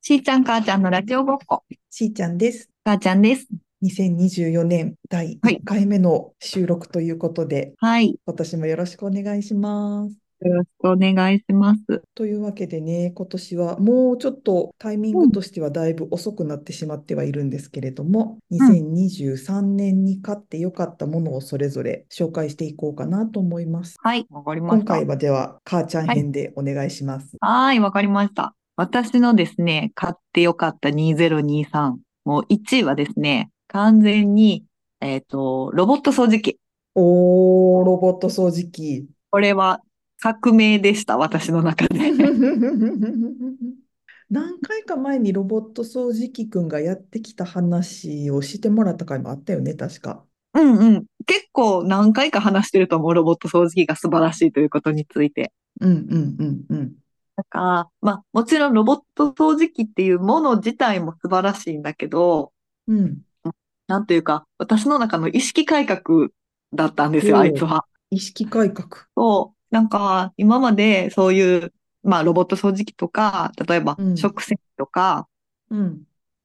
しーちゃん、母ちゃんのラジオごっこ。しーちゃんです。母ちゃんです。 2024年第はい1回目の収録ということで、はい。今年もよろしくお願いします。よろしくお願いします。というわけでね、今年はもうちょっとタイミングとしてはだいぶ遅くなってしまってはいるんですけれども、2023年に買って良かったものをそれぞれ紹介していこうかなと思います。はい。わかりま今した回。はでは、母ちゃん編でお願いします。はい、わかりました。私のですね、買ってよかった2023。もう1位はですね、完全に、えっ、と、ロボット掃除機。おー、ロボット掃除機。これは革命でした、私の中で。 何回か前にロボット掃除機くんがやってきた話をしてもらった回もあったよね、確か。うんうん。結構何回か話してると思う、ロボット掃除機が素晴らしいということについて。うんうんうんうん。なんか、まあ、もちろんロボット掃除機っていうもの自体も素晴らしいんだけど、うん。なんというか、私の中の意識改革だったんですよ、おうあいつは。意識改革。そう。なんか、今までそういう、まあ、ロボット掃除機とか、例えばうん食洗機とか、うん。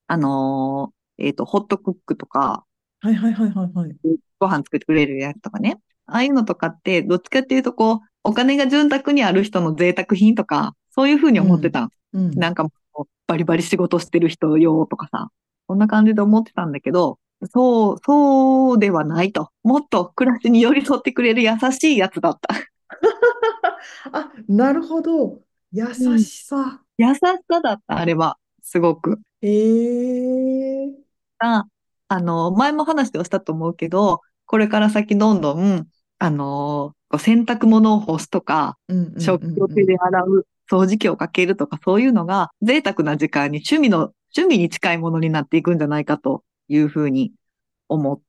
あのーえっと、ホットクックとか、はいはいはいはいはい。ご飯作ってくれるやつとかね。ああいうのとかって、どっちかっていうと、こう、お金が潤沢にある人の贅沢品とか、そういうふうに思ってたんうん。なんかもうバリバリ仕事してる人よとかさ、こんな感じで思ってたんだけど、そう、そうではないと。もっと暮らしに寄り添ってくれる優しいやつだった。 あ、なるほど。優しさ。優しさだった、あれは。すごく。ええ。ああの、前も話をしたと思うけど、これから先どんどん、あの、こう洗濯物を干すとか、うんうん食器をうん手で洗う、掃除機をかけるとか、そういうのが贅沢な時間に趣味の、趣味に近いものになっていくんじゃないかというふうに思っ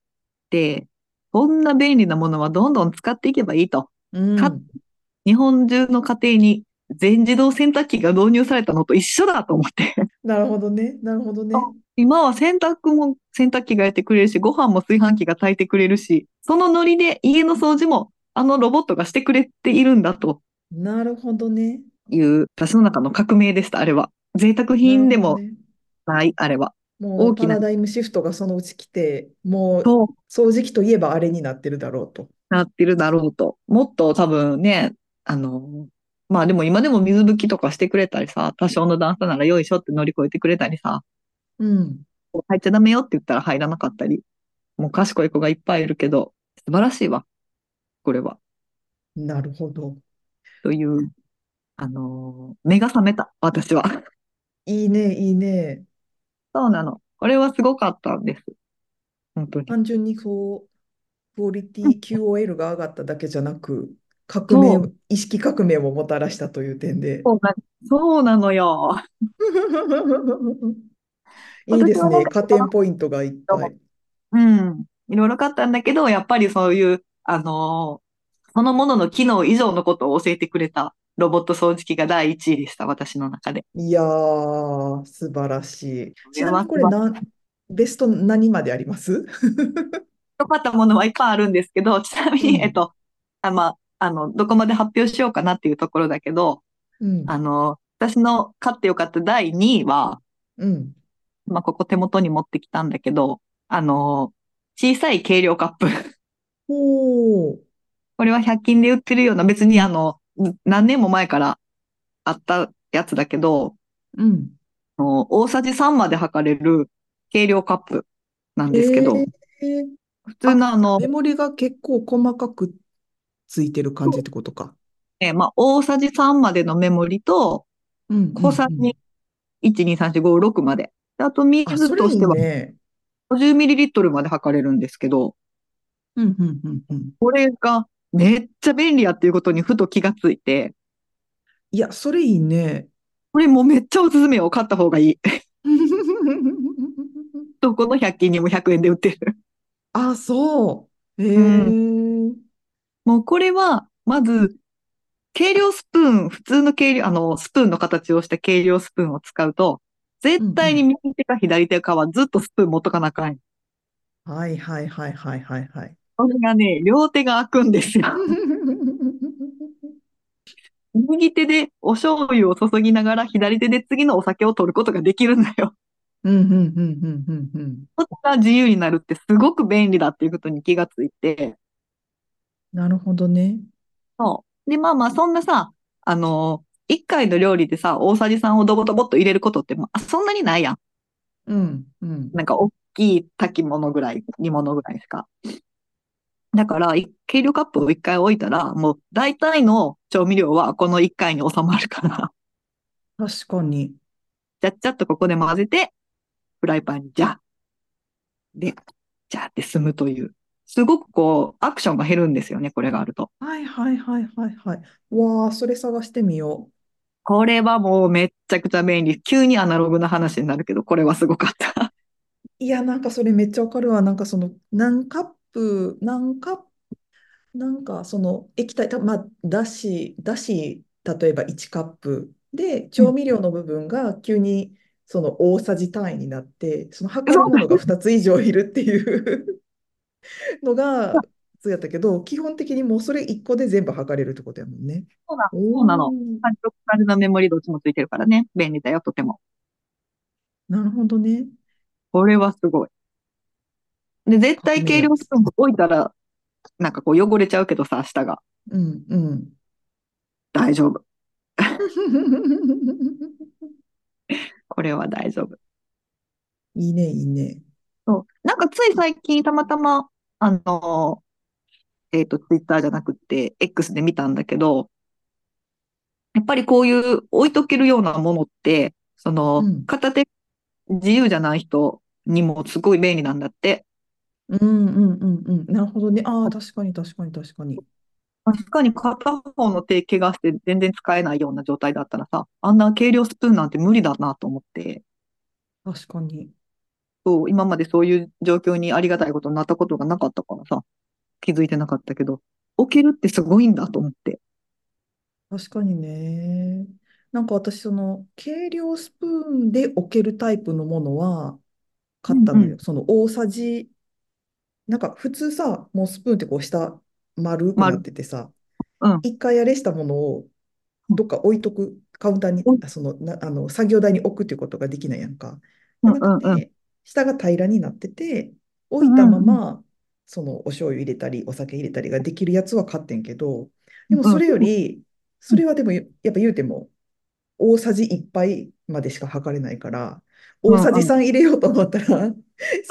て、こんな便利なものはどんどん使っていけばいいと。うん。か日本中の家庭に全自動洗濯機が導入されたのと一緒だと思って。 なるほどね。なるほどね。今は洗濯も洗濯機がやってくれるし、ご飯も炊飯器が炊いてくれるし、そのノリで家の掃除もあのロボットがしてくれているんだとなるほどね。いう、私の中の革命でした、あれは。贅沢品でもない、あれは。もう大きなパラダイムシフトがそのうち来て、もうそう掃除機といえばあれになってるだろうと。なってるだろうと。もっと多分ね、あの、まあでも今でも水拭きとかしてくれたりさ、多少の段差ならよいしょって乗り越えてくれたりさ、うん。入っちゃダメよって言ったら入らなかったり、もう賢い子がいっぱいいるけど、素晴らしいわ。これは。なるほど。という、あの、目が覚めた、私は。 いいね、いいね。そうなの。これはすごかったんです。本当に。単純にこう、クオリティ QOL が上がっただけじゃなく、革命そ、意識革命をもたらしたという点で。そうなそうなのよ。いいで 私すはなんね。か加点ポイントがいっぱい。うん。いろいろ買ったんだけど、やっぱりそういう、あのーそのものの機能以上のことを教えてくれたロボット掃除機が第一位でした、私の中で。いやー、素晴らしい。ちなみにこれよなん、ベスト何までありますかったものはいっぱいあるんですけど、ちなみうに、んえっと、あ、まあ、あの、どこまで発表しようかなっていうところだけど、うん。あの私の買ってよかった第2位は、うん。まあ、ここ手元に持ってきたんだけど、あの小さい計量カップ。 おー。これは100均で売ってるような、別にあの、何年も前からあったやつだけど、うん。あの大さじ3まで測れる計量カップなんですけど、えー普通のあのメ、モリが結構細かくついてる感じってことか。えまあ、大さじ3までのメモリと、うんうん小さうんじ1、2、3、4、5、6まで。であと、水あ、それといしいてはね。 50ミリリットルまで測れるんですけど、うんうんうんうん。これがめっちゃ便利やっていうことにふと気がついて、いや、それいい ね。これもうめっちゃおすすめよ。買った方がいい。 どこの100均にも100円で売ってる。あ、そう。ええもうこれは、まず、計量スプーン、普通の計量、あの、スプーンの形をした計量スプーンを使うと、絶対に右手か左手かはずっとスプーン持っとかなあかん。はいはいはいはいはいはい。それがね、両手が開くんですよ。右手でお醤油を注ぎながら左手で次のお酒を取ることができるんだよ。 うんうんうんうんうんうん。そっが自由になるってすごく便利だっていうことに気がついて。なるほどね。そう。で、まあまあ、そんなさ、あのー、一回の料理でさ、大さじ3をドボドボっと入れることって、まあ、そんなにないやん。うんうん。なんか、大きい炊き物ぐらい、煮物ぐらいしか。だから、い計量カップを一回置いたら、もう大体の調味料はこの一回に収まるから、 確かに。ちゃっちゃっとここで混ぜて、フライパンにジャッ。で、ジャーって済むという。すごくこう、アクションが減るんですよね、これがあると。はいはいはいはいはい。わあ、それ探してみよこれはもうめっちゃくちゃ便利。急にアナログな話になるけど、これはすごかった。う。いや、なんかそれめっちゃわかるわ。なんかその、何カップ、何カップ、なんかその液体、たまあ、だし、だし、例えば1カップで、調味料の部分が急にその大さじ単位になって、その測るものが2つ以上いるっていう のが、普通やったけど、基本的にもうそれ1個で全部測れるってことやもんね。そうなおそうなのー感触感じのメモリどっちもついてるからね。便利だよ、とても。なるほどね。これはすごい。で、絶対計量スプーン置いたら、なんかこう汚れちゃうけどさ、下が。うんうん。 大丈夫。これは大丈夫。いいね、いいね。そう。なんかつい最近たまたま、あの、えっと、ツイッターじゃなくて、X で見たんだけど、やっぱりこういう置いとけるようなものって、そのうん、片手自由じゃない人にもすごい便利なんだって。うんうんうんうん。なるほどね。ああ、確かに確かに確かに。確かに片方の手怪我して全然使えないような状態だったらさ、あんな軽量スプーンなんて無理だなと思って、確かに。そう、今までそういう状況にありがたいことになったことがなかったからさ、気づいてなかったけど、置けるってすごいんだと思って。確かにね。なんか私、その、計量スプーンで置けるタイプのものは買ったのうんうよ。その大さじ、なんか普通さ、もうスプーンってこう下丸くなっててさ、うん一回あれしたものをどっか置いとく、カウンターに、あその、な、あの、作業台に置くっていうことができないやんか。うじんゃなくうんうん。て、下が平らになってて、置いたまま、そのお醤油入れたり、お酒入れたりができるやつは買ってんけど、でもそれより、それはでも、やっぱ言うても、大さじ1杯までしか測れないから、うんう大んさじ3入れようと思ったら、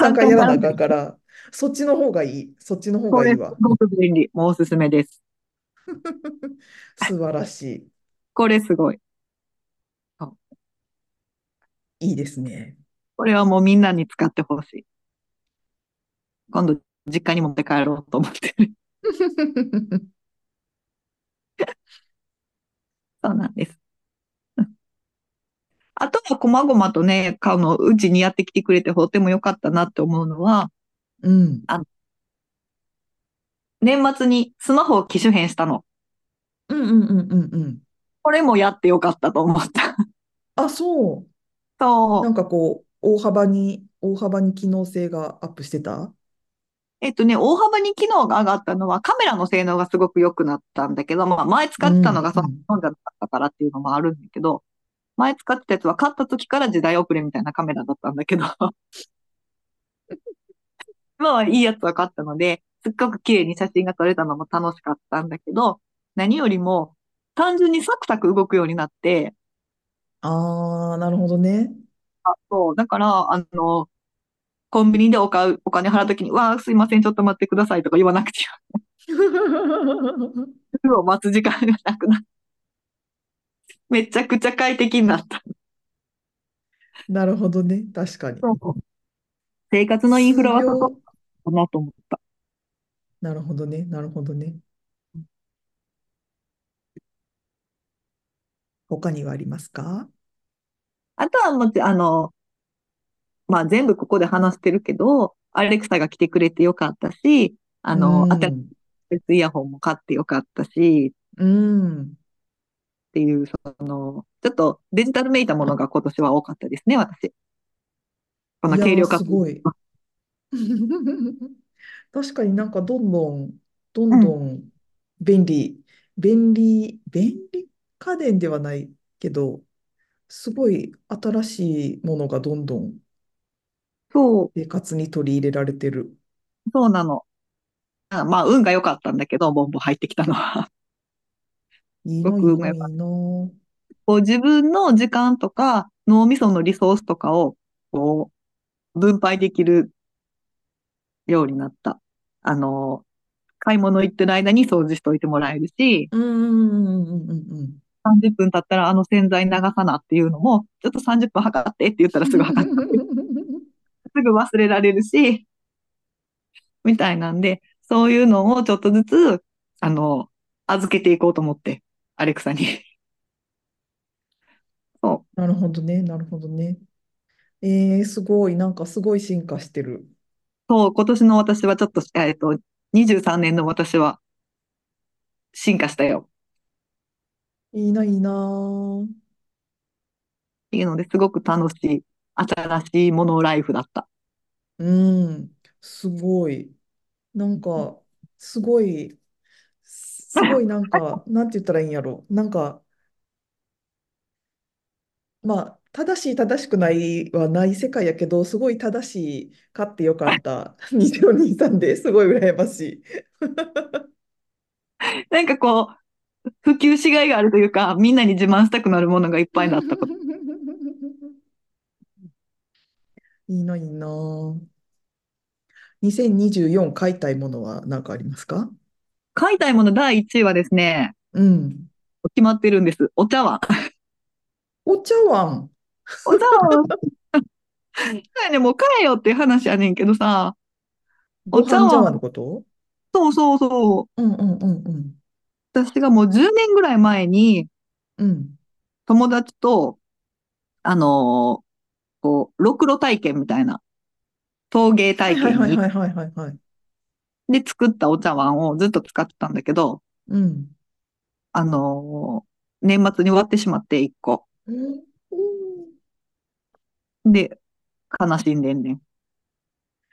3回やらなあかんから、そっちの方がいい、そっちの方こがいれいすわ。ごく便利。もうおすすめです。素晴らしこれすごい。い。いいです ね。これはもうみんなに使ってほしい。今度、実家に持って帰ろうと思ってる。そうなんです。 うんあとは、こまごまとね、買うの、うちにやってきてくれて、ほってもよかったなって思うのは、うん。年末にスマホを機種変したの。うんうんうんうんうん。これもやってよかったと思った。 あ、そう。そなう。んかこう、大幅に、大幅に機能性がアップしてたえっとね、大幅に機能が上がったのは、カメラの性能がすごく良くなったんだけど、まあ、前使ってたのがそのうんうん日本じゃなかったからっていうのもあるんだけど、前使ってたやつは買った時から時代遅れみたいなカメラだったんだけど、 今はいいやつは買ったので、すっごく綺麗に写真が撮れたのも楽しかったんだけど、何よりも単純にサクサク動くようになって、あー、なるほどね。あそう、だから、あの、コンビニでお買う、お金払うときに、わあ、すいません、ちょっと待ってくださいとか言わなくてよ、ルーを待つ時間がなくなる。 めちゃくちゃ快適になった。 なるほどね。確かに。生活のインフラはそこ数秒かなと思った。なるほどね。なるほどね。他にはありますかあとはもち、あの、まあ、全部ここで話してるけど、アレクサが来てくれてよかったし、あの、うん、新しいイヤホンも買ってよかったし、うん。っていう、その、ちょっとデジタルめいたものが今年は多かったですね、私。このいや軽量ー、化すごい。 確かになんかどんどん、どんどん便利、便利、便利家電ではないけど、すごい新しいものがどんどんそう、生活に取り入れられてる。そうなの。あまあ、運が良かったんだけど、ボンボン入ってきたのは。いいすな、ごいいく運がな、良かっいいたな。こう自分の時間とか、脳みそのリソースとかを、こう、分配できるようになった。あの、買い物行ってる間に掃除しといてもらえるし、うんうんうんうんうんうん。 30分経ったらあの洗剤流さなっていうのも、ちょっと30分測ってって言ったらすぐ測って、すぐ忘れられるし、みたいなんで、そういうのをちょっとずつ、あの、預けていこうと思って、アレクサに。そなるほどね、なるほどね。えー、すごい、なんかすごい進化してう、る。そう、今年の私はちょっと、えっと、23年の私は進化したよ。いいな、いいな。っていうので、すごく楽しい、新しいものライフだった。うん、すごい。なんか、すごい、すごい、なん か、なんて言ったらいいんやろ。なんか、まあ、正しい、正しくないはない世界やけど、すごい正しい、勝ってよか った2023ですごい羨ましい。なんかこう、普及しがいがあるというか、みんなに自慢したくなるものがいっぱいだった こと。いいな、いいな。2024買いたいものは何かありますか買いたいもの第1位はですね、うん。決まってるんです。お茶碗。お茶碗。お茶碗。そうやね、もう買えよっていう話やねんけどさ、ごお茶碗飯茶碗のことそうそうそう。うんうんうんうん。私がもう10年ぐらい前に、うん。友達と、あのーこう、ろくろ体験みたいな、陶芸は体いはい験はいにはいはいはいはい。で作ったお茶碗をずっと使ってたんだけど、うん。あのー年末に終わってしまって1個。うんで、悲しんでんねん。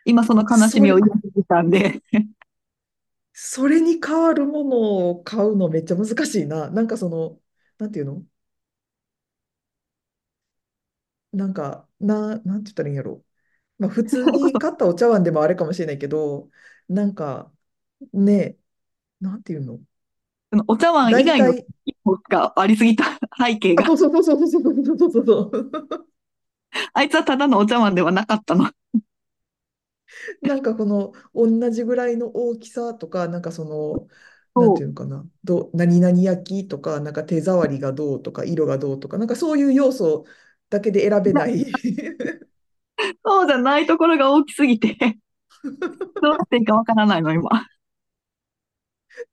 今その悲しみをそれ癒してきたんで、 それに代わるものを買うのめっちゃ難しいな。なんかその、なんていうのなんか、な、なんて言ったらいいんやろ。まあ、普通に買ったお茶碗でもあれかもしれないけど、 なんか、ね、なんていうのそのお茶碗以大外の体、がありすぎた 背景あ、がそ。うそうそうそうそうそうそうそうそう。あいつはただのお茶碗ではなかったの。なんかこの同じぐらいの大きさとか、なんかその、なんそ。ていううのかな、どう、何々焼きとか、なんか手触りがどうとか、色がどうとか、なんかそういう要素だけで選べない。 そうじゃないところが大きすぎて、 どうしていいかわからないの、今。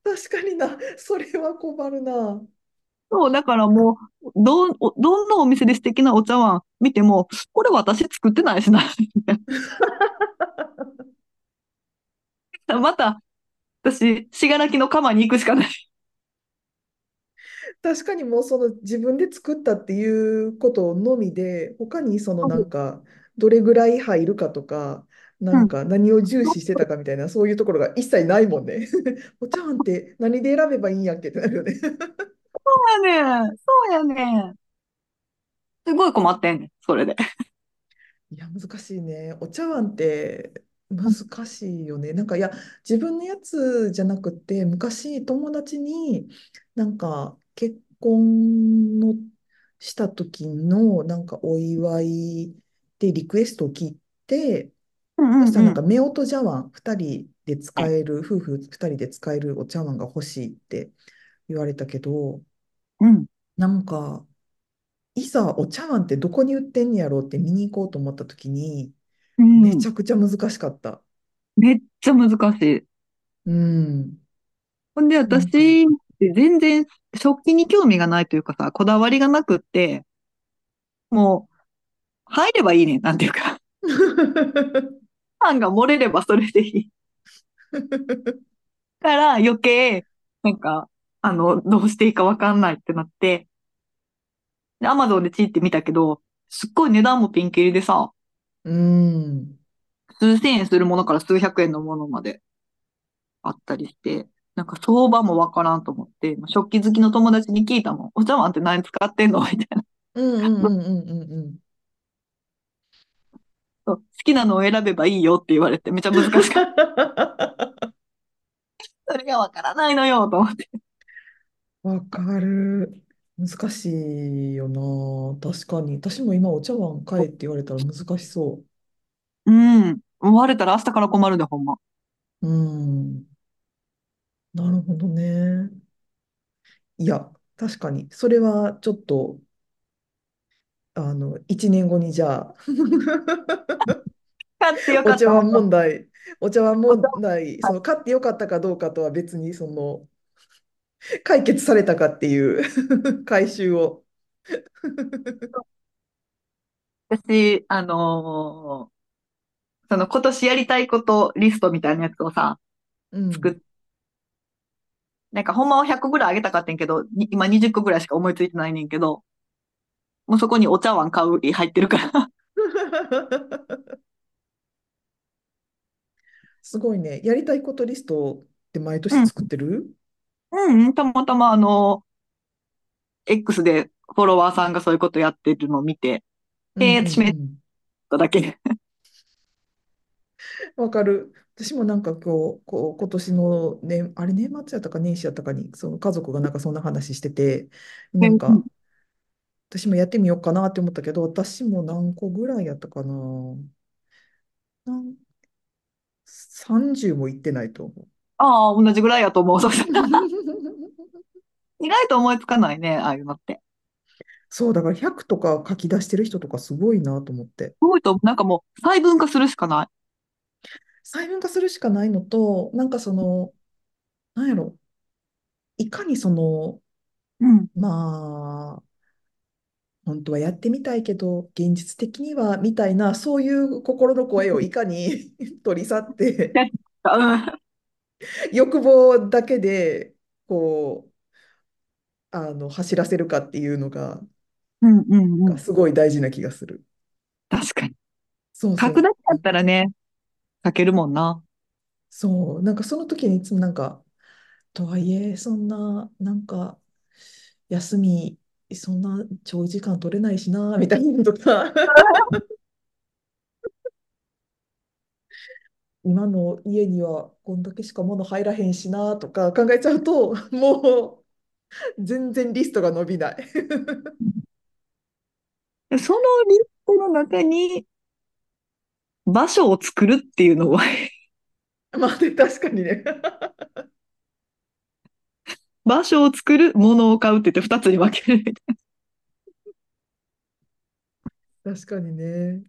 確かにな、それは困るな。そう、だからもう、どん、おどんなお店で素敵なお茶碗見ても、これ私作ってないしな。また、私、信楽の釜に行くしかない。確かにもうその自分で作ったっていうことのみで、他にそのなんか、どれぐらい入るかとか、なうんん。か何を重視してたかみたいな、そういうところが一切ないもんね。 お茶碗って何で選べばいいんやっけってなるよね。そうやねん。そうやねん。すごい困ってんねん、それで。いや、難しいね。お茶碗って難しいよね。なんか、いや、自分のやつじゃなくて、昔友達に、なんか、結婚のした時の、なんか、お祝いでリクエストを聞いて、うんそうしたんらうなんか、ん。夫婦茶碗2人で使える、夫婦2人で使えるお茶碗が欲しいって言われたけど、うん。なんか、いざお茶碗ってどこに売ってんやろうって見に行こうと思った時に、うめちん。ゃくちゃ難しかった。めっちゃ難しい。うん。 ほんで、なんか、私、全然食器に興味がないというかさ、こだわりがなくって、もう、入ればいいねん、なんていうか。ファンが漏れればそれでいい。から余計、なんか、あの、どうしていいかわかんないってなって、で、アマゾンでチって見たけど、すっごい値段もピンキリでさ、うん。数千円するものから数百円のものまであったりして、なんか相場もわからんと思って、まあ食器好きの友達に聞いたもん。お茶碗って何使ってんのみたいな。うんうんうんうんうんうん。そう好きなのを選べばいいよって言われて、めちゃ難しかった。それがわからないのよ、と思って。わかる。難しいよな。確かに。私も今お茶碗買えって言われたら難しそうん。思われたら明日から困るで、ほんま。う。うん。なるほどね。いや、確かに。それはちょっと、あの、1年後にじゃあ、買ってよかおっ茶た。碗問題、お茶碗問題、その買ってよかったかどうかとは別に、その、解決されたかっていう回収を。私、あのーその今年やりたいことリストみたいなやつをさ、うん。作っなんかほんまは100ぐらいあげたかってんけど、に今20個ぐらいしか思いついてないねんけど、もうそこにお茶碗買う入ってるから。すごいね。やりたいことリストって毎う年ん作ってるうん うん、たまたまあのー X でフォロワーさんがそういうことやってるのを見て、うんえー、うん私めっうんただ け。わかる。私もなんか今日、こう、今年の年、あれ年末やったか年始やったかに、その家族がなんかそんな話してて、うなんんか私もやってみようかなって思ったけど、私も何個ぐらいやったかな。なん30もいってない と思う。ああ、同じぐらいやと思う。そうそう意外と思いつかないね、ああいうのって。そう、だから100とか書き出してる人とかすごいなと思って。すごいと、なんかもう細分化するしかない。細分化するしかないのと、なんかその、なんやろ、いかにその、うん。まあ、本当はやってみたいけど、現実的には、みたいな、そういう心の声をいかに取り去って、 うん欲望だけで、こう、あの、走らせるかっていうのが、うんうんうがん。すごい大事な気がする。確かに。そう書そくだう。けだったらね、書けるもんな。そう、なんかその時にいつもなんか、とはいえ、そんな、なんか、休み、そんな長時間取れないしな、みたいなのとか、 今の家にはこんだけしか物入らへんしな、とか考えちゃうと、もう、全然リストが伸びない。 そのリストの中に場所を作るっていうのは まあね、確かにね。場所を作る、ものを買うって言って二つに分けるみたい確かにね。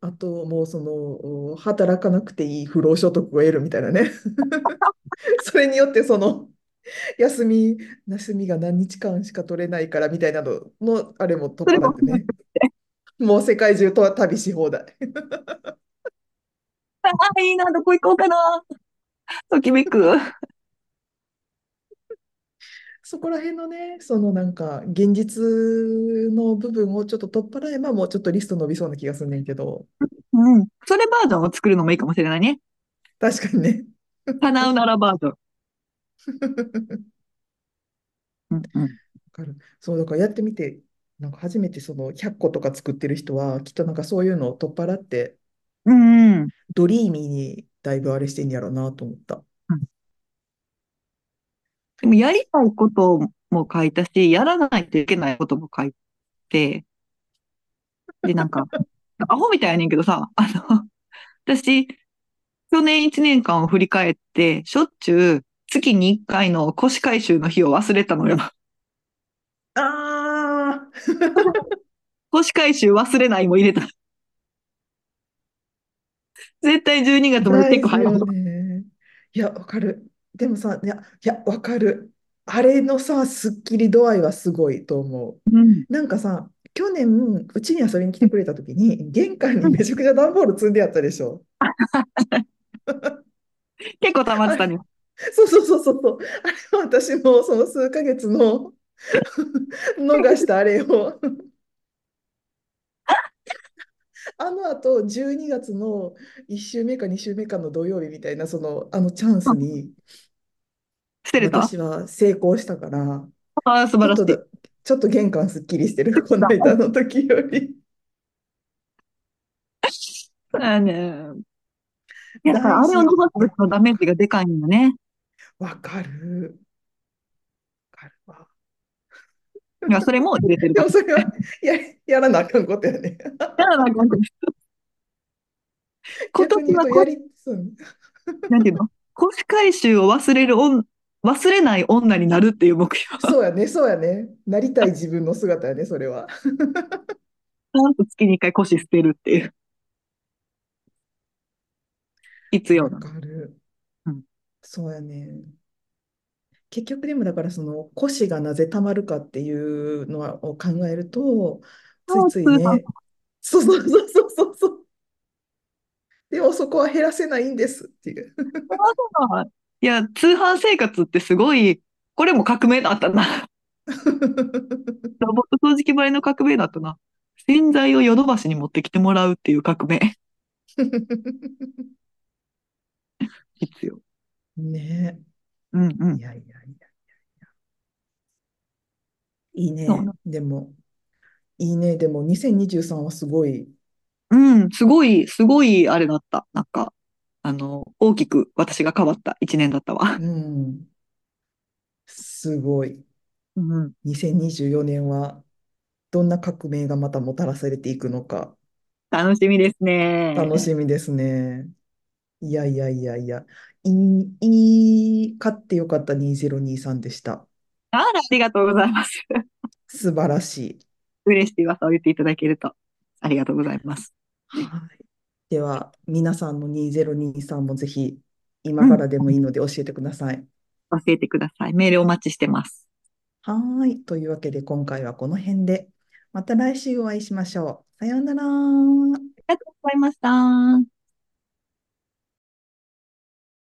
あと、もうその、お働かなくていい不労所得を得るみたいな ね。それによって、その、休み、休みが何日間しか取れないからみたいなのの、あれも取っ払ってね。もう世界中とは旅し放題。な。あ、いいな、どこ行こうかな。ときめく。そこら辺のね、そのなんか、現実の部分をちょっと取っ払えば、もうちょっとリスト伸びそうな気がするねんけど、うん。それバージョンを作るのもいいかもしれないね。確かにね。叶うならバージョン。うんうん。わかる。そう、だからやってみて、なんか初めてその100個とか作ってる人は、きっとなんかそういうのを取っ払って、うんうん。ドリーミーにだいぶあれしてんやろうなと思った。でもやりたいことも書いたし、やらないといけないことも書いて、で、なんか、 アホみたいやねんけどさ、あの、私、去年1年間を振り返って、しょっちゅう月に1回の腰回収の日を忘れたのよ。 ああ、腰回収忘れないも入れた。絶対12月までチェッ大ク事入る。よね。いや、わかる。でもさ、いや、いや、わかる。あれのさ、スッキリ度合いはすごいと思う。うん。なんかさ、去年、うちに遊びに来てくれた時に、玄関にめちゃくちゃ段ボール積んでやったでしょ。結構溜まってたのよ。 そうそうそうそうそう。あれは私のその数ヶ 月の逃したあれをあのあと12月の1週目か2週目かの土曜日みたいなそのあのチャンスに防れた私は成功したから、ああ、素晴らしいちょ。っとちょっと玄関すっきりしてる、この間の時より。そうやね。いや、だからあ大れ事を伸ばす時のダメージがでかいんだね。わかる。わかるわ。いや、それも入れてるでかもそれはや、やらなあかんことやね。ら。 だからなんか今逆年に言はうとやり、そうなんていうの古紙回収を忘れる女、忘れない女になるっていう目 標。ちそうやね、そうやね。なりたい自分の姿やね、それは。ゃんと月に一回古紙捨てるっていう。必要わなの。かるうん。そうやね。結局でもだからその腰がなぜたまるかっていうのはを考えるとついついそうそうねそうそうそうそうそうそうでもそこは減らせないんですっていう いや、通販生活ってすごい、これも革命だったな。ロボット掃除機ばりの革命だったな。洗剤をヨドバシに持ってきてもらうっていう革命。必要。ねうんうえんい。やいやいやいやいやいいねそうなでもいいねでも2023はすごいうん、すごい、すごい、あれだった。なんか、あの、大きく私が変わった一年だったわ。うんすごいうん。 2024年はどんな革命がまたもたらされていくのか楽しみですね。楽しみですね。いやいやいやいや、いい、いい、勝ってよかった2023でした。あら、ありがとうございます。 素晴らしい。嬉しい噂を言っていただけると。ありがとうございます。はい。では、皆さんの2023もぜひ今からでもいいので教えてください。教えてください。メールお待ちしてます。はい。というわけで今回はこの辺で、また来週お会いしましょう。さようなら。ありがとうございました。